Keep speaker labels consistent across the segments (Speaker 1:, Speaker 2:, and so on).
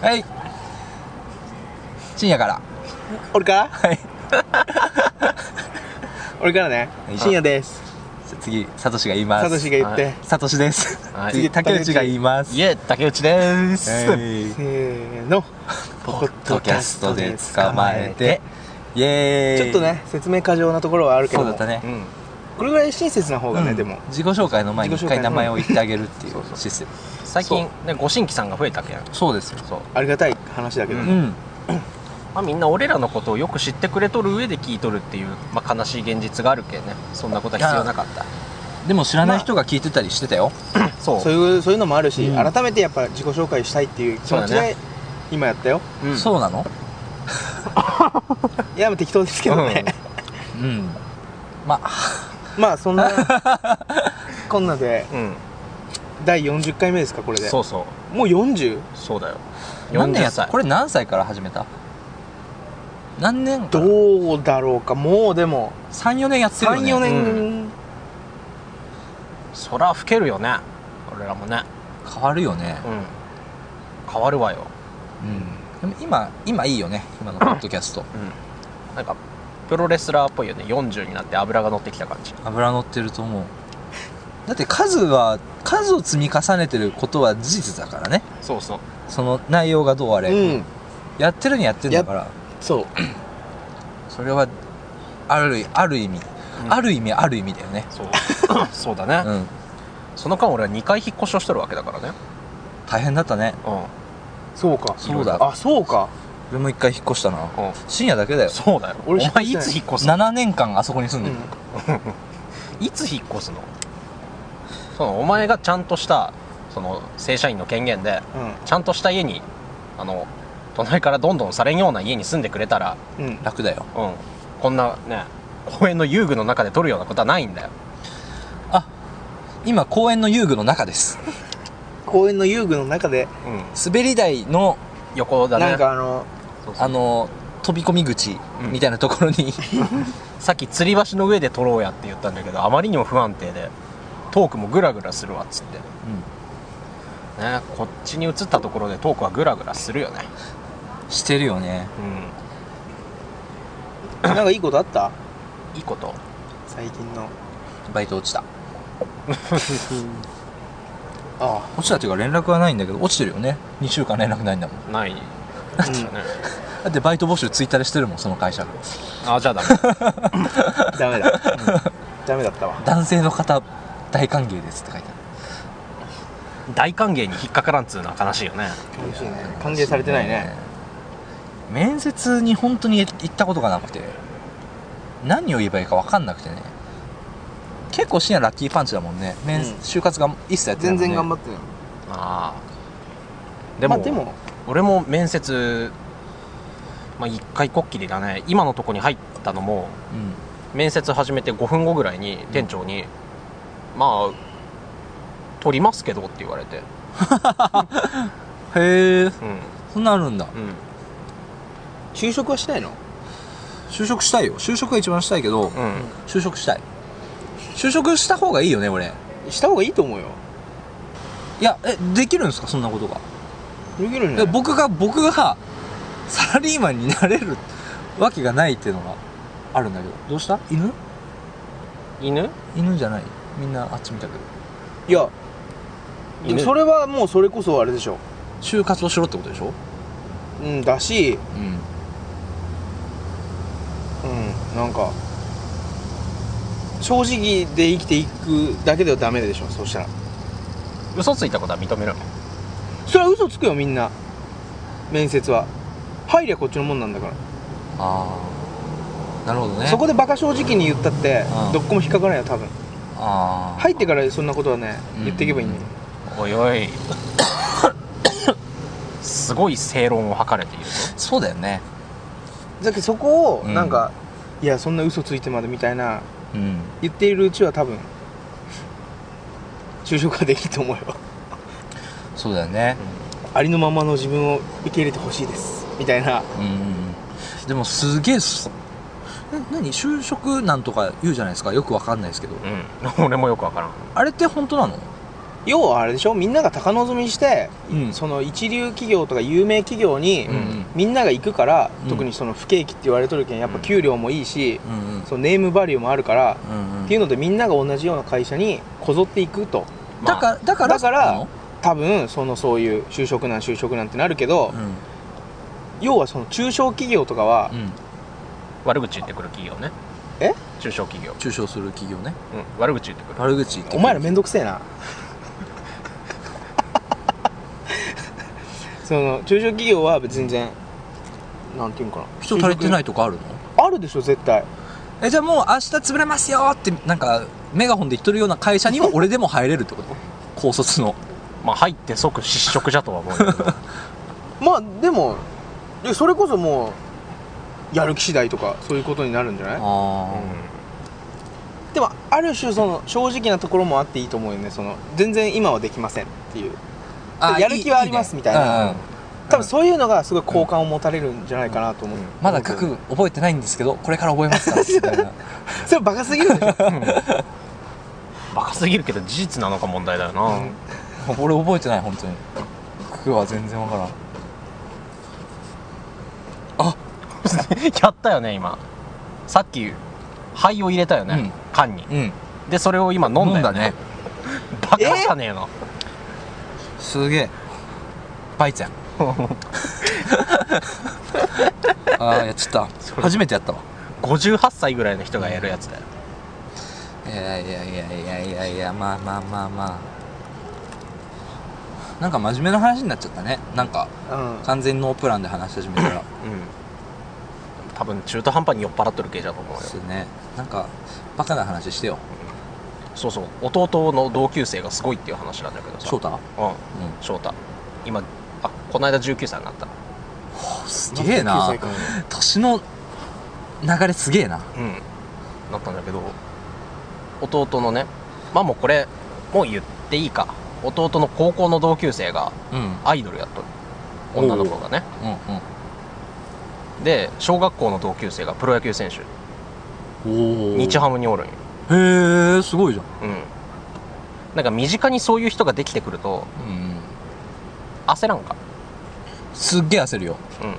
Speaker 1: はい深夜から
Speaker 2: 俺から
Speaker 1: はい
Speaker 2: 俺からね
Speaker 1: はい
Speaker 2: 深夜です
Speaker 1: じゃあ次サトシが言います
Speaker 2: サトシが言って
Speaker 1: サトシです、
Speaker 3: はい
Speaker 1: 次竹内が言います
Speaker 3: いえ、竹内です。
Speaker 1: はい
Speaker 2: せーのポ
Speaker 1: ポッドキャストで捕まえてイエーイ
Speaker 2: ちょっとね説明過剰なところはあるけども
Speaker 1: そうだったね
Speaker 2: んこれぐらい親切な方がねでも
Speaker 1: 自己紹介の前に一
Speaker 2: 自己紹
Speaker 1: 回
Speaker 2: 介
Speaker 1: 名
Speaker 2: の
Speaker 1: 前を言ってあげるっていうシステム
Speaker 3: 最近、ね、ご新規さんが増えたけん。
Speaker 1: そうですよ
Speaker 3: そう。
Speaker 2: ありがたい話だけど
Speaker 1: う
Speaker 2: ね
Speaker 1: ん
Speaker 3: まあ、みんな俺らのことをよく知ってくれとる上で聞いとるっていう、まあ、悲しい現実があるけんね。そんなことは必要なかった。
Speaker 1: でも知らない人が聞いてたりしてたよ、
Speaker 3: そう。
Speaker 2: そういうそういうのもあるし
Speaker 1: うん
Speaker 2: 改めてやっぱ自己紹介したいっていう気持ち
Speaker 3: そうだね
Speaker 2: で今やったよ
Speaker 3: うん
Speaker 1: そうなの
Speaker 2: いやまあ適当ですけどね
Speaker 1: うんまあ
Speaker 2: まあ そんなこんなで
Speaker 3: うん。
Speaker 2: 第40回目ですかこれで
Speaker 3: そうそう。
Speaker 2: もう 40?
Speaker 3: そうだよ。
Speaker 1: 何年や
Speaker 3: 40
Speaker 1: った
Speaker 3: 歳。
Speaker 1: これ何歳から始めた何年から
Speaker 2: どうだろうかもうでも
Speaker 1: 34年やってるよね
Speaker 2: 34年、
Speaker 3: うそら老けるよね。俺らもね。
Speaker 1: 変わるよね
Speaker 3: うん。変わるわよ。
Speaker 1: うんでも今今いいよね今のポッドキャスト
Speaker 3: うん。なんか、プロレスラーっぽいよね。40になって脂が乗ってきた感じ。
Speaker 1: 油乗ってると思うだって数は数を積み重ねてることは事実だからね
Speaker 3: そうそう。
Speaker 1: その内容がどうあれ、
Speaker 2: うん
Speaker 1: やってるにやってんだから
Speaker 2: そう
Speaker 1: それはあるある意味、
Speaker 3: うん
Speaker 1: ある意味ある意味だよね
Speaker 3: そうそうだね、
Speaker 1: うん
Speaker 3: その間俺は2回引っ越しをしとるわけだからね
Speaker 1: 大変だったね
Speaker 3: う
Speaker 2: そうか
Speaker 1: そうだ
Speaker 2: あそうか
Speaker 1: 俺も一回引っ越したなん
Speaker 3: うん
Speaker 1: 深夜だけだよ
Speaker 3: そうだよ
Speaker 2: 俺
Speaker 3: お前
Speaker 2: 引
Speaker 3: い
Speaker 2: っ越
Speaker 3: つ
Speaker 2: し
Speaker 3: 引っ越すの
Speaker 1: 7年間あそこに住んでる、
Speaker 3: いつ引っ越すのそのお前がちゃんとしたその正社員の権限でちゃんとした家にあの隣からどんどんされんような家に住んでくれたら
Speaker 2: うんうん
Speaker 1: 楽だよ
Speaker 3: うんこんなね公園の遊具の中で撮るようなことはないんだよ
Speaker 1: あ今公園の遊具の中です
Speaker 2: 公園の遊具の中で
Speaker 3: うん
Speaker 1: 滑り台の
Speaker 3: 横だね
Speaker 2: なんかあ の
Speaker 3: そうそう
Speaker 1: あの飛び込み口
Speaker 3: うん
Speaker 1: みたいなところに、
Speaker 3: さっき吊り橋の上で撮ろうやって言ったんだけどあまりにも不安定でトークもグラグラするわっつってね、こっちに移ったところでトークはグラグラするよね
Speaker 1: してるよね
Speaker 3: う
Speaker 2: なんかいいことあった
Speaker 3: んいいこと
Speaker 2: 最近の
Speaker 1: バイト落ちた
Speaker 2: あ
Speaker 1: 落ちたっていうか連絡はないんだけど落ちてるよね2週間連絡ないんだもん
Speaker 3: ないね、
Speaker 2: あ
Speaker 1: だってバイト募集ツイッターでしてるもんその会社が
Speaker 3: あじゃあダメ
Speaker 2: うんダメ だ、ダメだったわ
Speaker 1: 男性の方大歓迎ですって書いてあ
Speaker 3: 大歓迎に引っかからんつうのは悲しいよね
Speaker 2: 悲しいね
Speaker 1: る
Speaker 2: 歓迎されてないね
Speaker 1: 面接に本当に行ったことがなくて何を言えばいいか分かんなくてね結構深夜ラッキーパンチだもんね、面
Speaker 2: うん
Speaker 1: 就活が一切やってないもん、ね、
Speaker 2: 全然頑張
Speaker 1: っ
Speaker 2: ってない
Speaker 3: ああで
Speaker 2: でも,、
Speaker 3: も,、
Speaker 2: まあ、でも
Speaker 3: 俺も面接まあ一回こっきりだね今のとこに入ったのも面接始めて5分後ぐらいに店長に、まあ取りますけどって言われて
Speaker 1: うん、へえ
Speaker 3: うん
Speaker 1: そんなあるんだ
Speaker 3: うん
Speaker 2: 就職はしないの
Speaker 1: 就職したいよ就職が一番したいけど、
Speaker 3: うん
Speaker 1: 就職したい就職した方がいいよね俺
Speaker 2: した方がいいと思うよ
Speaker 1: いやえできるんですかそんなことが
Speaker 2: できるん
Speaker 1: で
Speaker 2: じゃない
Speaker 1: 僕が僕がサラリーマンになれるわけがないっていうのがあるんだけどどうした犬
Speaker 3: 犬
Speaker 1: 犬じゃないみんなあっち見たけど
Speaker 2: いやでも
Speaker 3: 犬
Speaker 2: それはもうそれこそあれでしょ
Speaker 1: 就活をしろってことでしょ
Speaker 2: うんだし
Speaker 1: うん
Speaker 2: うんなんか正直で生きていくだけではダメでしょそうしたら
Speaker 3: 嘘ついたことは認める
Speaker 2: それは嘘つくよみんな面接は入りゃこっちのもんなんだから、
Speaker 1: ああなるほどね
Speaker 2: そこでバカ正直に言ったって
Speaker 1: うん
Speaker 2: どっこも引っかからんよ多分
Speaker 1: ああ
Speaker 2: 入ってからそんなことはね
Speaker 1: うん
Speaker 2: 言っていけばいいのに、
Speaker 3: おい おいすごい正論を吐かれている
Speaker 1: そうだよね
Speaker 2: だけどそこを
Speaker 1: うん
Speaker 2: なんか、いやそんな嘘ついてまでみたいな
Speaker 1: うん
Speaker 2: 言っているうちは多分就職ができると思うよ
Speaker 1: そうだよね
Speaker 2: ありのままの自分を受け入れてほしいですみたいな
Speaker 1: うん、でもすげえすな何就 職なんとか言うじゃないですかよくわかんないですけど
Speaker 3: うん、俺もよくわからん
Speaker 1: あれって本当なの
Speaker 2: 要はあれでしょみんなが高望みして、
Speaker 1: うん
Speaker 2: その一流企業とか有名企業に、
Speaker 1: うんうん
Speaker 2: みんなが行くから、
Speaker 1: うん
Speaker 2: 特にその不景気って言われとるけんやっぱ給料もいいし、
Speaker 1: うんうん
Speaker 2: そのネームバリューもあるから、
Speaker 1: うんうん
Speaker 2: っていうのでみんなが同じような会社にこぞっていくと
Speaker 3: まあ
Speaker 1: だからだから
Speaker 2: だから
Speaker 1: なの
Speaker 2: 多分そのそういう就職難就職難ってなるけど、
Speaker 1: うん
Speaker 2: 要はその中小企業とかは
Speaker 1: う、ん
Speaker 3: 悪口言ってくる企業ね
Speaker 2: え
Speaker 3: 中小企業、
Speaker 1: 中傷する企業ね
Speaker 3: うん、悪口言ってくる
Speaker 1: 悪口言ってくる
Speaker 2: お前らめんどく せえなその中小企業は別に全然なんていうんかな
Speaker 1: 人足りてないいとかあるの
Speaker 2: あるでしょ絶対
Speaker 1: えじゃあもう明日潰れますよってなんかメガホンで言っとるような会社には俺でも入れるってこと高卒の
Speaker 3: まあ入って即失職じゃとは思うけど
Speaker 2: まあでもいやそれこそもうやる気次第とかそういうことになるんじゃない
Speaker 1: あ
Speaker 2: でもある種その正直なところもあっていいと思うよねその全然今はできませんっていう
Speaker 1: あ
Speaker 2: やる気はありますみたいな
Speaker 1: うんうん
Speaker 2: 多分そういうのがすごい好感を持たれるんじゃないかなと思う、
Speaker 1: まだ書く覚えてないんですけどこれから覚えますからみたいな
Speaker 2: それバカすぎるでし ょ、
Speaker 3: うんバカすぎるけど事実なのか問題だよな、
Speaker 2: うん
Speaker 1: 俺覚えてない本当に書くは全然わからん
Speaker 3: やったよね今さっき灰を入れたよね、
Speaker 1: うん
Speaker 3: 缶に
Speaker 1: うん
Speaker 3: でそれを今飲んだ
Speaker 1: 飲んだ
Speaker 3: よね
Speaker 1: ね
Speaker 3: バカじゃねえの、
Speaker 1: すげえバイちゃん ああやっちゃった初めてやったわ
Speaker 3: 58歳ぐらいの人がやるやつだよ
Speaker 1: いやいやいやいやいやいやまあまあまあまあなんか真面目な話になっちゃったねなんか
Speaker 2: うん
Speaker 1: 完全にノープランで話し始めたら
Speaker 3: うん多分中途半端に酔っ払っとる系だと思うよ
Speaker 1: ですねなんかバカな話してよ
Speaker 3: そうそう弟の同級生がすごいっていう話なんだけどさ
Speaker 1: 翔太
Speaker 3: うん
Speaker 1: う
Speaker 3: 翔太今あこの間19歳になった
Speaker 1: んすげえな
Speaker 2: 19歳か
Speaker 1: 年の流れすげえな
Speaker 3: うんなったんだけど弟のねまあもうこれもう言っていいか弟の高校の同級生が
Speaker 1: うんうんうん
Speaker 3: アイドルやっとる女の子がねで小学校の同級生がプロ野球選手
Speaker 1: おお
Speaker 3: 日ハムにおるんよ
Speaker 1: へえすごいじゃん
Speaker 3: うんなんか身近にそういう人ができてくると
Speaker 1: うん
Speaker 3: 焦らんか
Speaker 1: すっげえ焦るよ
Speaker 3: うん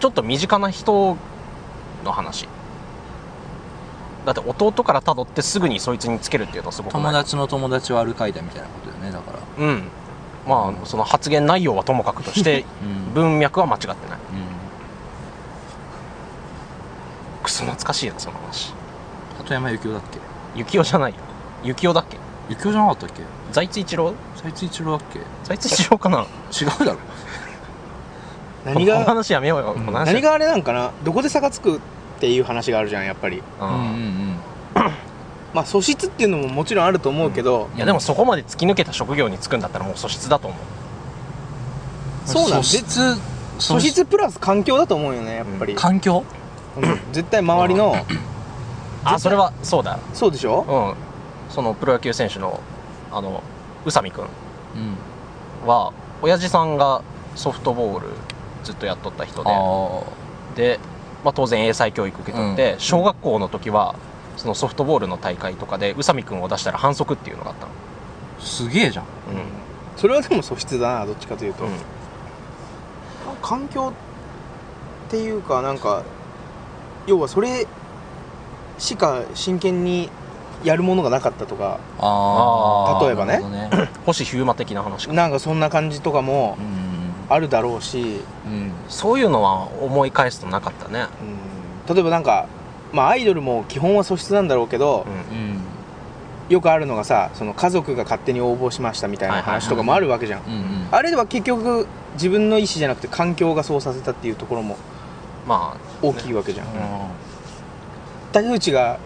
Speaker 3: ちょっと身近な人の話だって弟からたどってすぐにそいつにつけるっていうのはすごくな
Speaker 1: 友
Speaker 3: い
Speaker 1: 達の友達はあるかいだみたいなことよねだから
Speaker 3: うんまあその発言内容はともかくとして
Speaker 1: うん
Speaker 3: 文脈は間違ってない
Speaker 1: うん
Speaker 3: クソ懐かしいなその話
Speaker 1: 鳩山由紀夫だっけ
Speaker 3: 幸男じゃないよ幸男だっけ
Speaker 1: 由紀夫じゃなかったっけ
Speaker 3: 財津一郎
Speaker 1: 財津一郎だっけ
Speaker 3: 財津一郎かな
Speaker 1: 違うだろ
Speaker 2: 何
Speaker 3: こ の
Speaker 2: が
Speaker 3: 話やめようよ、
Speaker 1: うん
Speaker 3: この話
Speaker 2: 何があれなんかなどこで差がつくっていう話があるじゃんやっぱり
Speaker 3: う
Speaker 1: うんん
Speaker 2: まあ素質っていうのももちろんあると思うけど、
Speaker 3: いやでもそこまで突き抜けた職業に就くんだったらもう素質だと思う
Speaker 2: そうなん
Speaker 1: 素質
Speaker 2: 素質プラス環境だと思うよねやっぱり、
Speaker 1: 環境
Speaker 2: うん絶対周りの
Speaker 3: あそれはそうだ
Speaker 2: そうでしょ
Speaker 3: うんそのプロ野球選手のあの宇佐美君
Speaker 1: うん
Speaker 3: は親父さんがソフトボールずっとやっとった人で
Speaker 1: あ
Speaker 3: で、まあ、当然英才教育受け取って、
Speaker 1: うん
Speaker 3: 小学校の時はそのソフトボールの大会とかで宇佐美君を出したら反則っていうのがあったの
Speaker 1: あすげえじゃん
Speaker 2: それはでも素質だなどっちかというと、
Speaker 3: うん、うん、
Speaker 2: 環境っていうかなんか要はそれしか真剣にやるものがなかったとか
Speaker 1: ああ
Speaker 2: 例えばね
Speaker 3: 星飛雄馬的な話か
Speaker 2: なんかそんな感じとかも
Speaker 1: うん
Speaker 2: あるだろうし、
Speaker 1: うん
Speaker 3: そういうのは思い返すとなかったね、
Speaker 2: うん、例えばなんかまあアイドルも基本は素質なんだろうけど
Speaker 3: う、ん
Speaker 1: うん
Speaker 2: よくあるのがさその家族が勝手に応募しましたみたいな話とかもあるわけじゃん、
Speaker 1: うんうん
Speaker 2: あれは結局自分の意思じゃなくて環境がそうさせたっていうところも
Speaker 3: ま
Speaker 2: 大きいわけじゃん、
Speaker 1: あ
Speaker 2: 竹内が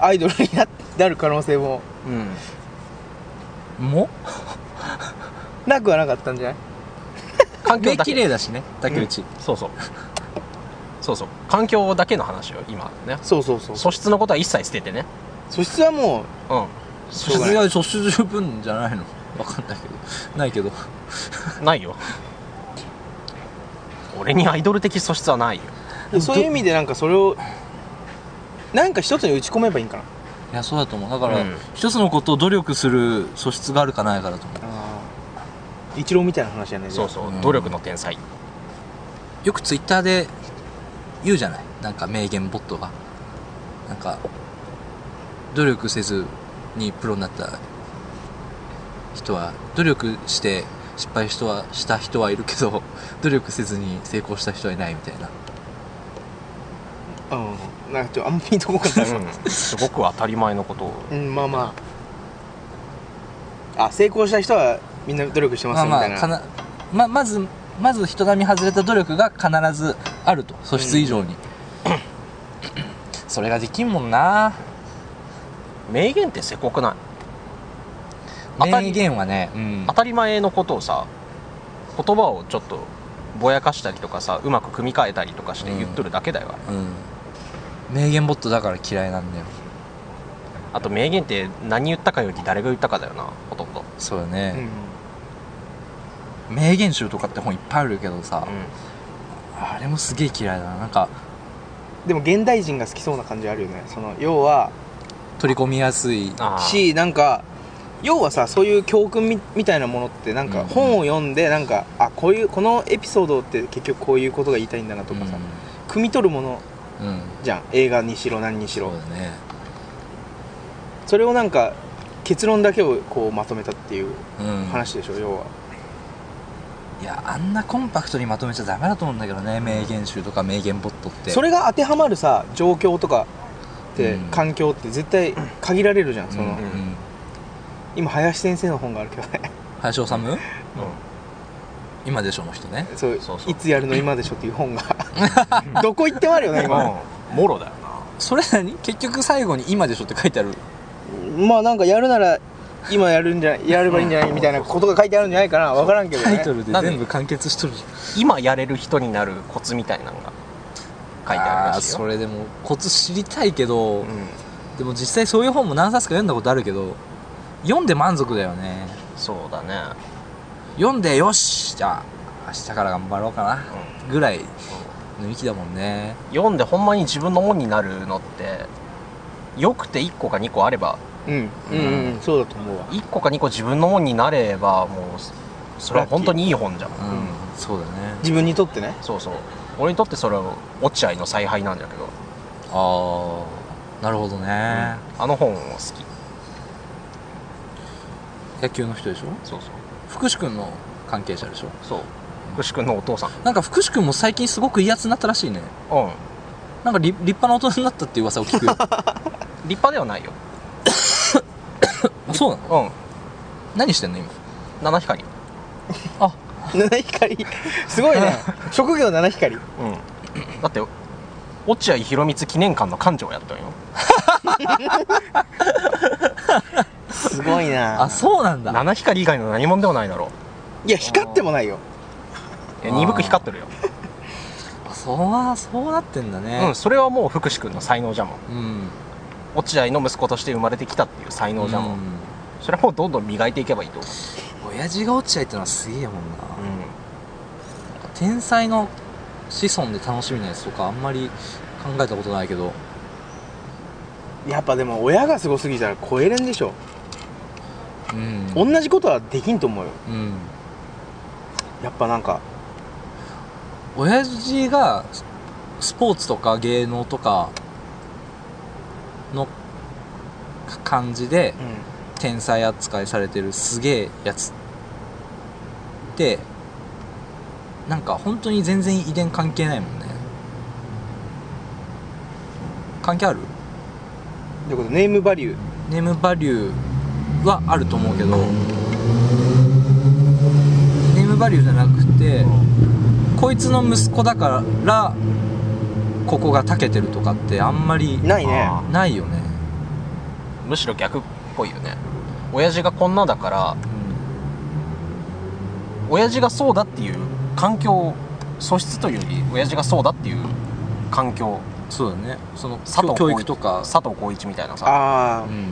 Speaker 2: アイドルにななる可能性も
Speaker 3: あうん
Speaker 1: ーも
Speaker 2: なくはなかったんじゃない
Speaker 3: 環境
Speaker 1: 目
Speaker 3: だ
Speaker 1: 綺
Speaker 3: け
Speaker 1: 麗だしね竹内
Speaker 3: そうそうそうそう環境だけの話よ今ね
Speaker 2: そうそうそう
Speaker 3: 素質のことは一切捨ててね
Speaker 2: 素質はも
Speaker 3: うん
Speaker 1: 素質が素質十分じゃないの わかんないけどないけど
Speaker 3: ないよ俺にアイドル的素質はないよ
Speaker 2: うそういう意味でなんかそれをなんか一つに打ち込めばいいんかな
Speaker 1: いやそうだと思うだから、
Speaker 3: うん
Speaker 1: 一つのことを努力する素質があるかないかだと思う
Speaker 2: あー一郎みたいな話やね
Speaker 3: そうそう、
Speaker 1: うん
Speaker 3: 努力の天才
Speaker 1: よくツイッターで言うじゃないなんか名言ボットがなんか努力せずにプロになった人は努力して失敗人はした人はいるけど 努力せずに成功した人はいないみたいな
Speaker 2: ううんなんかちょっとあんまりいいとこかな
Speaker 3: うんすごく当たり前のことを
Speaker 2: うんまあまああ成功した人はみんな努力してますよみ
Speaker 1: ま
Speaker 2: た
Speaker 1: あ
Speaker 2: いな、
Speaker 1: まあかなままずまず人並み外れた努力が必ずあると素質以上に、それができんもんな
Speaker 3: 名言ってせこくない当たり
Speaker 1: 名言はね、うん
Speaker 3: 当たり前のことをさ言葉をちょっとぼやかしたりとかさうまく組み替えたりとかして言っとるだけだよ、あれ
Speaker 1: うん、名言ボットだから嫌いなんだよ
Speaker 3: あと名言って何言ったかより誰が言ったかだよなほとんど、
Speaker 1: そうだ
Speaker 2: う
Speaker 1: ね、
Speaker 2: ん
Speaker 1: 名言集とかって本いっぱいあるけどさ、
Speaker 3: う
Speaker 1: あれもすげえ嫌いだななんか
Speaker 2: でも現代人が好きそうな感じあるよねその要は
Speaker 1: 取り込みやすい
Speaker 3: ん、ああ
Speaker 2: しなんか要はさそういう教訓みみたいなものってなん
Speaker 1: う
Speaker 2: か
Speaker 1: ん
Speaker 2: 本を読んでなんか、あこういうこのエピソードって結局こういうことが言いたいんだなとかさ、汲み取るもの
Speaker 1: うん、うん
Speaker 2: じゃん映画にしろ何にし
Speaker 1: そ
Speaker 2: ろ
Speaker 1: うだね
Speaker 2: それをなんか結論だけをこうまとめたっていう
Speaker 1: うん
Speaker 2: 話でしょ、要はい
Speaker 1: やあんなコンパクトにまとめちゃダメだと思うんだけどね名言集とか名言ボットって
Speaker 2: それが当てはまるさ状況とかって、
Speaker 1: うん
Speaker 2: 環境って絶対限られるじゃん
Speaker 1: うん
Speaker 2: その、
Speaker 1: うん
Speaker 2: 今林先生の本があるけどね
Speaker 1: 林修
Speaker 3: う
Speaker 1: 今でしょの人ね
Speaker 2: そう
Speaker 3: そうそう
Speaker 2: いつやるの今でしょっていう本が どこ行ってもあるよね
Speaker 3: ん
Speaker 2: 今、
Speaker 3: うんもろだよ
Speaker 1: それ何結局最後に今でしょって書いてある
Speaker 2: まあなんかやるなら今やるんじゃやればいいんじゃないみたいなことが書いてあるんじゃないかな分からんけ ど
Speaker 1: タ
Speaker 2: ね
Speaker 1: イトルで
Speaker 3: なんで
Speaker 1: 全部完結しとるじゃん
Speaker 3: 今やれる人になるコツみたいなのが書いてあるらしい
Speaker 1: ー
Speaker 3: よ
Speaker 1: それでもコツ知りたいけど、
Speaker 3: うん、
Speaker 1: でも実際そういう本も何冊か読んだことあるけど読んで満足だよね
Speaker 3: そうだね
Speaker 1: 読んでよしじゃあ明日から頑張ろうかな、ぐらいの域だもんね
Speaker 3: 読んでほんまに自分のもんになるのってよくて1個か2個あれば
Speaker 2: うん、うんうんうんそうだと思うわ
Speaker 3: 1個か2個自分のもんになればもうそそれは本当にいい本じゃん
Speaker 1: うん、
Speaker 2: うん
Speaker 1: そうだね
Speaker 2: 自分にとってね
Speaker 3: そうそう俺にとってそれは落合の采配なんだけど、
Speaker 1: ああなるほどね、
Speaker 3: あの本を好き
Speaker 1: 野球の人でしょ
Speaker 3: そうそう
Speaker 1: 福士君の関係者でしょ
Speaker 3: そう福士君のお父さん
Speaker 1: なんか福士君も最近すごくいいやつになったらしいね
Speaker 3: うん
Speaker 1: なんかり立派な大人になったっていう噂を聞 くよ
Speaker 3: 立派ではないよ
Speaker 1: あそうなの
Speaker 3: うん
Speaker 1: 何してんの今
Speaker 3: 七光
Speaker 2: 七光すごい ね職業七光
Speaker 3: うんだって落合博満記念館の館長やったんよ
Speaker 2: すごいな
Speaker 1: あそうなんだ
Speaker 3: 七光以外の何者でもないだろ
Speaker 2: いや光ってもないよ
Speaker 3: ういや
Speaker 1: あー
Speaker 3: 鈍く光ってるよ、
Speaker 1: あそうなそうなってんだ
Speaker 3: う
Speaker 1: ね
Speaker 3: ん、それはもう福士君の才能じゃもん
Speaker 1: うん、うん、
Speaker 3: 落合の息子として生まれてきたっていう才能じゃもん、それはもうどんどん磨いていけばいいと思
Speaker 1: 親父が落合ってのはすげえもんな、
Speaker 3: う、
Speaker 1: 天才の子孫で楽しみなやつとかあんまり考えたことないけど
Speaker 2: やっぱでも親がすごすぎたら超えれんでしょ
Speaker 1: うん
Speaker 2: 同じことはできんと思うよ
Speaker 1: うん
Speaker 2: やっぱなんか
Speaker 1: 親父がススポーツとか芸能とかの感じで
Speaker 2: う
Speaker 1: 天才扱いされてるすげえやつってなんか本当に全然遺伝関係ないもんね関係ある
Speaker 2: んということネームバリュー
Speaker 1: ネームバリューはあると思うけどネームバリューじゃなくてこいつの息子だからここがたけてるとかってあんまり
Speaker 2: ないね
Speaker 3: あ
Speaker 1: ないよね、
Speaker 3: ーむしろ逆っぽいよね親父がこんなだから親父がそうだっていう環境素質というより親父がそうだっていう環境
Speaker 1: そうだねその
Speaker 3: 佐藤
Speaker 1: 教教育とか
Speaker 3: 佐藤浩市みたいなさ
Speaker 2: あ
Speaker 1: うんうんうん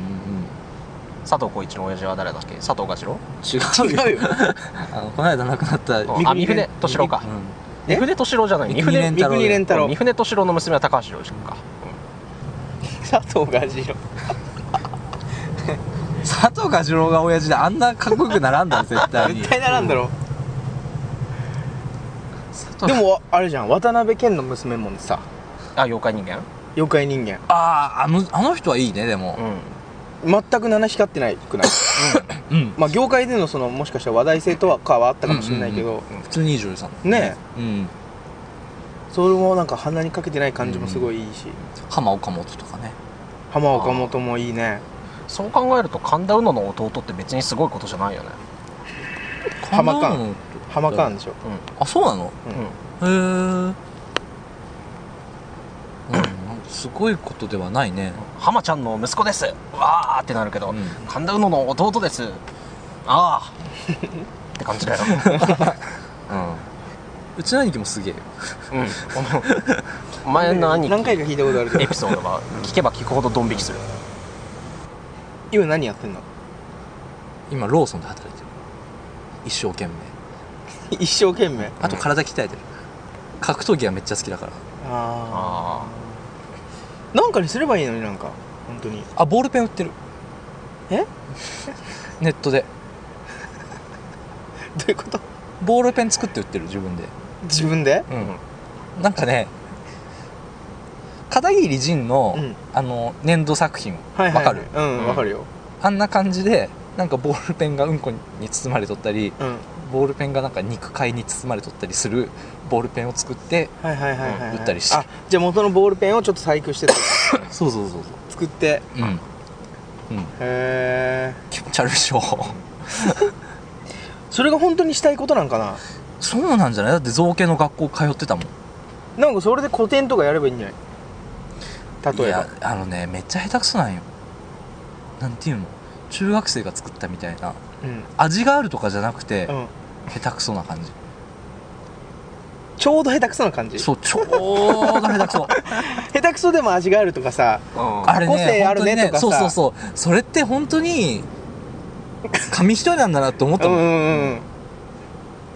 Speaker 3: 佐藤浩市の親父は誰だっけ佐藤がしろ
Speaker 2: あ
Speaker 1: 違うよ
Speaker 2: 違うよ
Speaker 1: あのこの間亡くなった、 うん、
Speaker 2: 三
Speaker 3: あ
Speaker 2: 船
Speaker 3: 三船敏郎か
Speaker 2: え
Speaker 3: 三船敏郎じゃない
Speaker 1: 三
Speaker 3: 三
Speaker 1: 船
Speaker 3: 船
Speaker 2: 三國連太郎
Speaker 3: 三船敏郎の娘は高橋良一君か
Speaker 2: 佐藤が次郎
Speaker 1: 藤梶郎が親父であんなかっこよくならんだろ絶対に
Speaker 2: 絶対並んだろ
Speaker 1: 佐
Speaker 2: う
Speaker 1: 藤
Speaker 2: でもあれじゃん渡辺謙の娘もさ
Speaker 3: あ妖怪人間
Speaker 2: 妖怪人間
Speaker 1: あああのあの人はいいねで
Speaker 3: う
Speaker 1: も
Speaker 3: ん
Speaker 2: 全く七光ってないくない
Speaker 1: うん
Speaker 2: まあ業界でのそのもしかしたら話題性とはかはあったかもしれないけど、
Speaker 1: 普通にいい女優さん
Speaker 2: ね
Speaker 1: うん
Speaker 2: それもなんか鼻にかけてない感じもすごいいいし、
Speaker 1: 浜岡本とかね
Speaker 2: 浜岡本もいいね
Speaker 3: そう考えると神田うのの弟って別にすごいことじゃないよね
Speaker 2: 浜カ
Speaker 1: 神
Speaker 2: ン
Speaker 1: 田うの
Speaker 2: 浜カーンでしょ
Speaker 1: あそうなの
Speaker 3: うん、うん
Speaker 1: へえうんすごいことではないね
Speaker 3: 浜ちゃんの息子ですわーってなるけど、
Speaker 1: うん
Speaker 3: 神田うのの弟ですああって感じだよ、
Speaker 1: うんうちの兄貴もすげえよ
Speaker 3: うん、お前の兄
Speaker 2: 何
Speaker 3: 貴
Speaker 2: 回か聞いたことあるけ
Speaker 3: エ
Speaker 2: ど
Speaker 3: ピソードが聞けば聞くほどドン引きする
Speaker 2: 今何やってんの
Speaker 1: 今ローソンで働いてる一生懸命
Speaker 2: 一生懸命
Speaker 1: あと体鍛えてる格闘技はめっちゃ好きだから
Speaker 2: あ
Speaker 3: あ
Speaker 2: あなんかにすればいいのになんか本当に
Speaker 1: あボールペン売ってる
Speaker 2: え
Speaker 1: ネットで
Speaker 2: どういうこと
Speaker 1: ボールペン作って売ってる自分で
Speaker 2: 自分で
Speaker 1: うんなんかね片桐仁の、
Speaker 2: うん
Speaker 1: あの粘土作品
Speaker 2: はいはい
Speaker 1: わかる
Speaker 2: うんわかるよ
Speaker 1: あんな感じでなんかボールペンがうんこに包まれとったり
Speaker 2: うん
Speaker 1: ボールペンがなんか肉塊に包まれとったりするボールペンを作って
Speaker 2: はいはいはいはいはい
Speaker 1: うん打ったりして
Speaker 2: あじゃあ元のボールペンをちょっと細工して
Speaker 1: そうそうそう
Speaker 2: 作って
Speaker 1: そううん
Speaker 2: へえ
Speaker 1: 気持ち悪いでしょ
Speaker 2: それが本当にしたいことなんかな
Speaker 1: そうなんじゃないだって造形の学校通ってたもん
Speaker 2: なんかそれで古典とかやればいいんじゃない
Speaker 1: い
Speaker 2: 例えば
Speaker 1: やあのねめっちゃ下手くそなんよなんていうの中学生が作ったみたいな
Speaker 2: うん
Speaker 1: 味があるとかじゃなくて、
Speaker 2: うん
Speaker 1: 下手くそな感じ
Speaker 2: ちょうど下手くそな感じ下
Speaker 1: そうちょうど下手くそ
Speaker 2: 手くそでも味があるとかさ
Speaker 3: あ、うん、
Speaker 1: あれね
Speaker 2: 個性ある
Speaker 1: 本
Speaker 2: ね
Speaker 1: 当に
Speaker 2: とかさ
Speaker 1: そうそうそうそれって本当に紙一重なんだなって思っ
Speaker 2: う
Speaker 1: た
Speaker 2: ん
Speaker 1: もん、
Speaker 2: うんうん